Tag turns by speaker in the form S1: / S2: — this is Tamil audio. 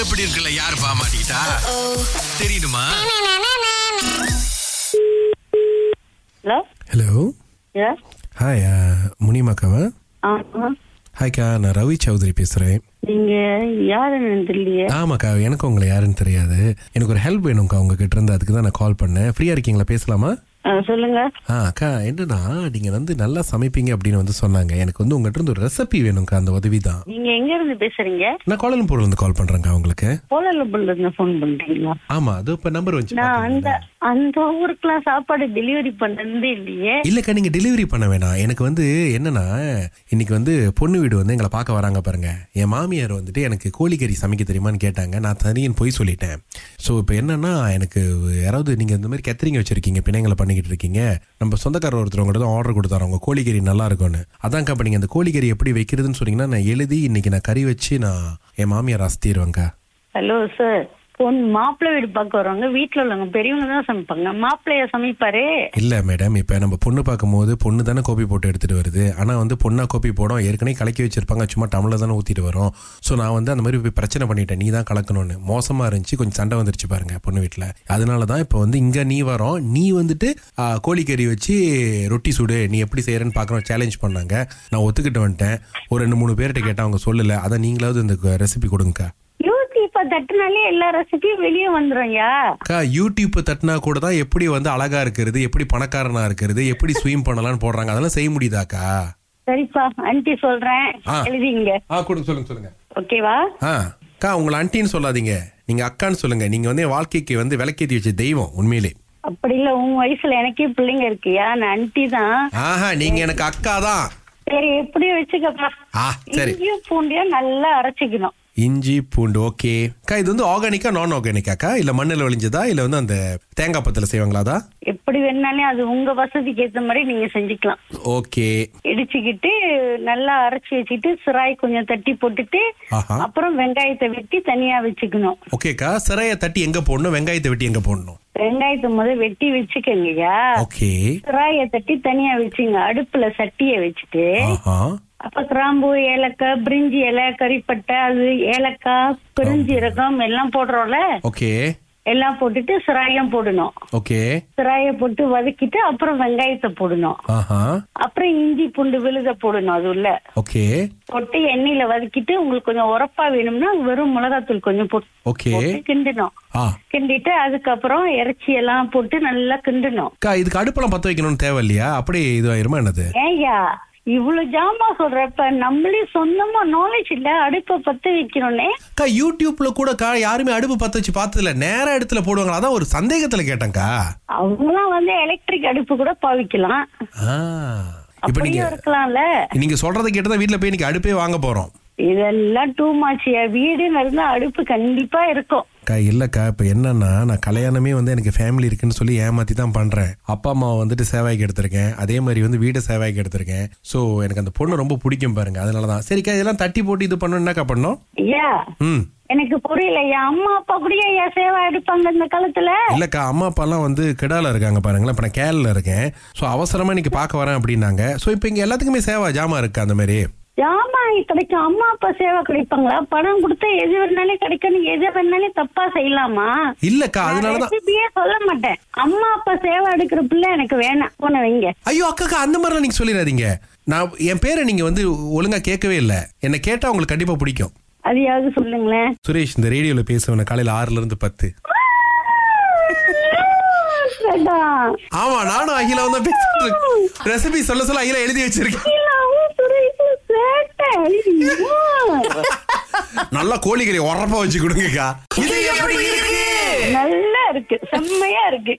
S1: எப்படி இருக்குல்ல யாரு பாமாட்டா தெரியுமா
S2: ஹலோ
S3: ஹலோ
S2: எஸ்
S3: ஹாய் முனிமாக்காவா
S2: ஆமா
S3: ஹாய்க்கா நான் ரவி சௌத்ரி பேசுகிறேன்
S2: நீங்க யாருன்னு தெரியலையே
S3: ஆமாக்கா எனக்கு உங்களை யாருன்னு தெரியாது எனக்கு ஒரு ஹெல்ப் வேணும்க்கா உங்ககிட்ட இருந்து அதுக்கு தான் நான் கால் பண்ணேன் ஃப்ரீயாக இருக்கீங்களா பேசலாமா
S2: ஆ, சொல்லுங்க
S3: ஆ அக்கா என்னன்னா நீங்கள் வந்து நல்லா சமைப்பீங்க அப்படின்னு வந்து சொன்னாங்க எனக்கு வந்து உங்ககிட்ட இருந்து ஒரு ரெசிபி வேணும்க்கா அந்த உதவி தான்
S2: நீங்க எங்க இருந்து பேசுறீங்க
S3: நான் கோலாலம்பூர்ல இருந்து கால் பண்றேன்க்கா உங்களுக்கு
S2: கோலாலம்பூர்ல இருந்து ஃபோன் பண்றீங்களா
S3: ஆமா அது இப்ப நம்பர் வந்துச்சு
S2: நான் அந்த
S3: பாத்தீங்களா?
S2: அந்த ஊருக்குலாம் சாப்பாடு டெலிவரி பண்ணதே இல்லையே
S3: இல்லக்கா நீங்க டெலிவரி பண்ண வேணாம் எனக்கு வந்து என்னன்னா இன்னைக்கு வந்து பொண்ணு வீடு வந்து எங்களை பார்க்க வராங்க பாருங்க என் மாமியார் வந்துட்டு எனக்கு கோழிக்கறி சமைக்க தெரியுமான்னு கேட்டாங்க நான் தனியன் போய் சொல்லிட்டேன் ஸோ இப்போ என்னன்னா எனக்கு யாராவது நீங்க இந்த மாதிரி கத்திரிங்க வச்சிருக்கீங்க பிணைங்களை பண்ணிக்கிட்டு இருக்கீங்க நம்ம சொந்தக்காரர் ஒருத்தவங்க தான் ஆர்டர் கொடுத்தாரு அவங்க கோழிக்கறி நல்லா இருக்கும்னு அதான்க்கா இப்போ நீங்க அந்த கோழிக்கறி எப்படி வைக்கிறதுன்னு சொன்னீங்கன்னா நான் எழுதி இன்னைக்கு நான் கறி வச்சு நான் என் மாமியார் அசத்திடுவேங்க்கா
S2: ஹலோ சார் பொன் மாப்பிள்ளை வீடு பார்க்க வரவங்க வீட்டுல உள்ளவங்க பெரியவங்க தான் சமைப்பாங்க மாப்பிள்ளைய சமைப்பாரு
S3: இல்ல மேடம் இப்ப நம்ம பொண்ணு பார்க்கும்போது பொண்ணு தானே கோப்பி போட்டு எடுத்துட்டு வருது ஆனா வந்து பொண்ணா கோப்பி போடும் ஏற்கனவே கலக்கி வச்சிருப்பாங்க சும்மா டம்ளர் தானே ஊத்திட்டு வரும் சோ நான் வந்து அந்த மாதிரி போய் பிரச்சனை பண்ணிட்டேன் நீ தான் கலக்கணும்னு மோசமா இருந்துச்சு கொஞ்சம் சண்டை வந்துருச்சு பாருங்க பொண்ணு வீட்டுல அதனால தான் இப்போ வந்து இங்க நீ வரோம் நீ வந்துட்டு ஆ, கோழிக்கறி வச்சு ரொட்டி சுடு நீ எப்படி செய்யறன்னு பார்க்கணும் சேலஞ்ச் பண்ணாங்க நான் ஒத்துக்கிட்டு வந்துட்டேன் ஒரு ரெண்டு மூணு பேர்கிட்ட கேட்டா அவங்க சொல்லல அதான் நீங்களாவது இந்த ரெசிபி கொடுங்கக்கா
S2: யூடியூப்ப தட்டுனாலே எல்லா ரெசிபியும் வெளியே வந்துரும்யா
S3: அக்கா யூடியூப் தட்டினா கூட தான் எப்படி வந்து அழகா இருக்கிறது எப்படி பணக்காரனா இருக்கிறது எப்படி ஸ்வீம் பண்ணலாம்னு போடுறாங்க அதெல்லாம் செய்ய முடியுதாக்கா
S2: சரிப்பா ஆன்ட்டி சொல்றேன்
S3: ஆ.
S2: எழுதிங்க
S3: ஆ கொடுங்க சொல்லுங்க சொல்லுங்க
S2: ஓகேவா
S3: ஆ அக்கா உங்களை ஆண்டின்னு சொல்லாதீங்க நீங்க அக்கான்னு சொல்லுங்க நீங்க வந்து என் வாழ்க்கைக்கு வந்து விளக்கேத்தி வச்ச தெய்வம் உண்மையிலே
S2: அப்படி இல்ல உன் வயசுல எனக்கே பிள்ளைங்க இருக்குயா நான் ஆன்ட்டி தான்
S3: ஆஹா நீங்க எனக்கு அக்கா தான்
S2: சரி எப்படி வச்சுக்கப்பா
S3: ஆ சரி
S2: இஞ்சியும் பூண்டையும் நல்லா அரைச்சிக்கணும்
S3: இஞ்சி பூண்டு ஓகே அக்கா இது வந்து ஆர்கானிக்கா நான் ஆர்கானிக்காக்கா இல்ல மண்ணில் விளைஞ்சதா இல்ல வந்து அந்த தேங்காய் பத்தில் செய்வாங்களாதா
S2: எப்படி வேணாலும் அது உங்க வசதிக்கு ஏத்த மாதிரி நீங்க செஞ்சுக்கலாம்
S3: ஓகே
S2: இடிச்சுக்கிட்டு நல்லா அரைச்சி வச்சுக்கிட்டு சிராய் கொஞ்சம் தட்டி போட்டுட்டு
S3: ஆஹா
S2: அப்புறம் வெங்காயத்தை வெட்டி தனியா வச்சுக்கணும்
S3: ஓகேக்கா சிறையை தட்டி எங்க போடணும் வெங்காயத்தை வெட்டி எங்க போடணும்
S2: வெங்காயத்தை முதல்ல வெட்டி வச்சுக்கங்கய்யா
S3: ஓகே
S2: சிராய தட்டி தனியா வச்சுங்க அடுப்புல சட்டிய வச்சுட்டு
S3: ஆஹா
S2: அப்ப கிராம்பு ஏலக்காய் பிரிஞ்சி இலை கறிப்பட்டை அது ஏலக்காய் பெருஞ்சீரகம் எல்லாம் போடுறோம்ல
S3: ஓகே
S2: எல்லாம் போட்டுட்டு சிராயம் போடணும்
S3: ஓகே
S2: சிராய போட்டு வதக்கிட்டு அப்புறம் வெங்காயத்தை போடணும்
S3: ஆஹா
S2: அப்புறம் இஞ்சி பூண்டு விழுத போடணும் அது உள்ள
S3: ஓகே
S2: போட்டு எண்ணெயில வதக்கிட்டு உங்களுக்கு கொஞ்சம் உரப்பா வேணும்னா வெறும் மிளகாத்தூள் கொஞ்சம் போட்டு
S3: ஓகே
S2: போட்டு கிண்டணும்
S3: ஆ
S2: கிண்டிட்டு அதுக்கப்புறம் இறைச்சி எல்லாம் போட்டு நல்லா கிண்டணும்
S3: அக்கா இதுக்கு அடுப்பெல்லாம் பத்த வைக்கணும்னு தேவை இல்லையா அப்படியே இது ஆயிருமா என்னது
S2: ஏய்யா இவ்வளவு ஜாமா சொல்றப்ப நம்மளே சொந்தமா நாலேஜ் இல்ல அடுப்ப பத்த வைக்கணும்னே
S3: அக்கா யூடியூப்ல கூட கா யாருமே அடுப்பு பத்த வச்சு பார்த்ததில்ல நேர இடத்துல போடுவாங்க அதான் ஒரு சந்தேகத்துல கேட்டேன்க்கா
S2: அவங்களாம் வந்து எலக்ட்ரிக் அடுப்பு கூட பாவிக்கலாம்
S3: ஆ இப்போ நீங்க
S2: அப்படியும் இருக்கலாம்ல
S3: நீங்க சொல்றதை கேட்டு தான் வீட்ல போய் இன்னைக்கு அடுப்பே வாங்க போறோம்
S2: இதெல்லாம் டூ மாச்சியா வீடுன்னு இருந்தா அடுப்பு கண்டிப்பா இருக்கும்
S3: அக்கா இல்லக்கா இப்போ என்னன்னா நான் கல்யாணமே வந்து எனக்கு ஃபேமிலி இருக்குன்னு சொல்லி ஏமாத்தி தான் பண்றேன் அப்பா அம்மாவை வந்துட்டு சேவாய்க்கு எடுத்திருக்கேன் அதே மாதிரி வந்து வீட்டை சேவாய்க்கு எடுத்திருக்கேன் ஸோ எனக்கு அந்த பொண்ணு ரொம்ப பிடிக்கும் பாருங்க அதனால தான் சரிக்கா இதெல்லாம் தட்டி போட்டு இது பண்ணணும்னாக்கா பண்ணோம்
S2: ஐயா
S3: ம்
S2: எனக்கு புரியல என் அம்மா அப்பா கூட என் சேவா எடுப்பாங்க இந்த காலத்துல
S3: இல்லக்கா அம்மா அப்பாலாம் வந்து கெடால இருக்காங்க பாருங்களேன் இப்போ நான் கேரளில் இருக்கேன் ஸோ அவசரமா இன்னைக்கு பார்க்க வரேன் அப்படின்னாங்க ஸோ இப்போ இங்கே எல்லாத்துக்குமே சேவா ஜாமா இருக்கு அந்த மாதிரி
S2: ஜாமா கிடைக்கும் அம்மா அப்பா சேவை கிடைப்பாங்களா பணம் கொடுத்தா எது வேணாலே கிடைக்கணும் எது வேணாலே தப்பா செய்யலாமா
S3: இல்லக்கா அதனால தான்
S2: ரெசிபியே சொல்ல மாட்டேன் அம்மா அப்பா சேவை எடுக்கிற பிள்ளை எனக்கு வேணாம் போன வைங்க
S3: ஐயோ அக்காக்கா அந்த மாதிரிலாம் நீங்கள் சொல்லிடாதீங்க நான் என் பேரை நீங்கள் வந்து ஒழுங்காக கேட்கவே இல்லை என்னை கேட்டால் உங்களுக்கு கண்டிப்பாக பிடிக்கும்
S2: அதையாவது சொல்லுங்களேன்
S3: சுரேஷ் இந்த ரேடியோவில் பேசுவேன் காலையில் ஆறுலேருந்து பத்து
S2: வேண்டாம்.
S3: ஆமா நானும் அகிலாவும் தான் பேசிட்டு இருக்கேன் ரெசிபி சொல்ல சொல்ல அகிலா எழுதி வச்சிருக்கேன்
S2: இல்ல, அவன் சுரேஷ் சேட்டை. ஐயோ.
S3: நல்லா கோழிக்கறி உரப்பா வச்சு கொடுங்கக்கா இது எப்படி இருக்கு
S2: நல்லா இருக்கு செம்மையா இருக்கு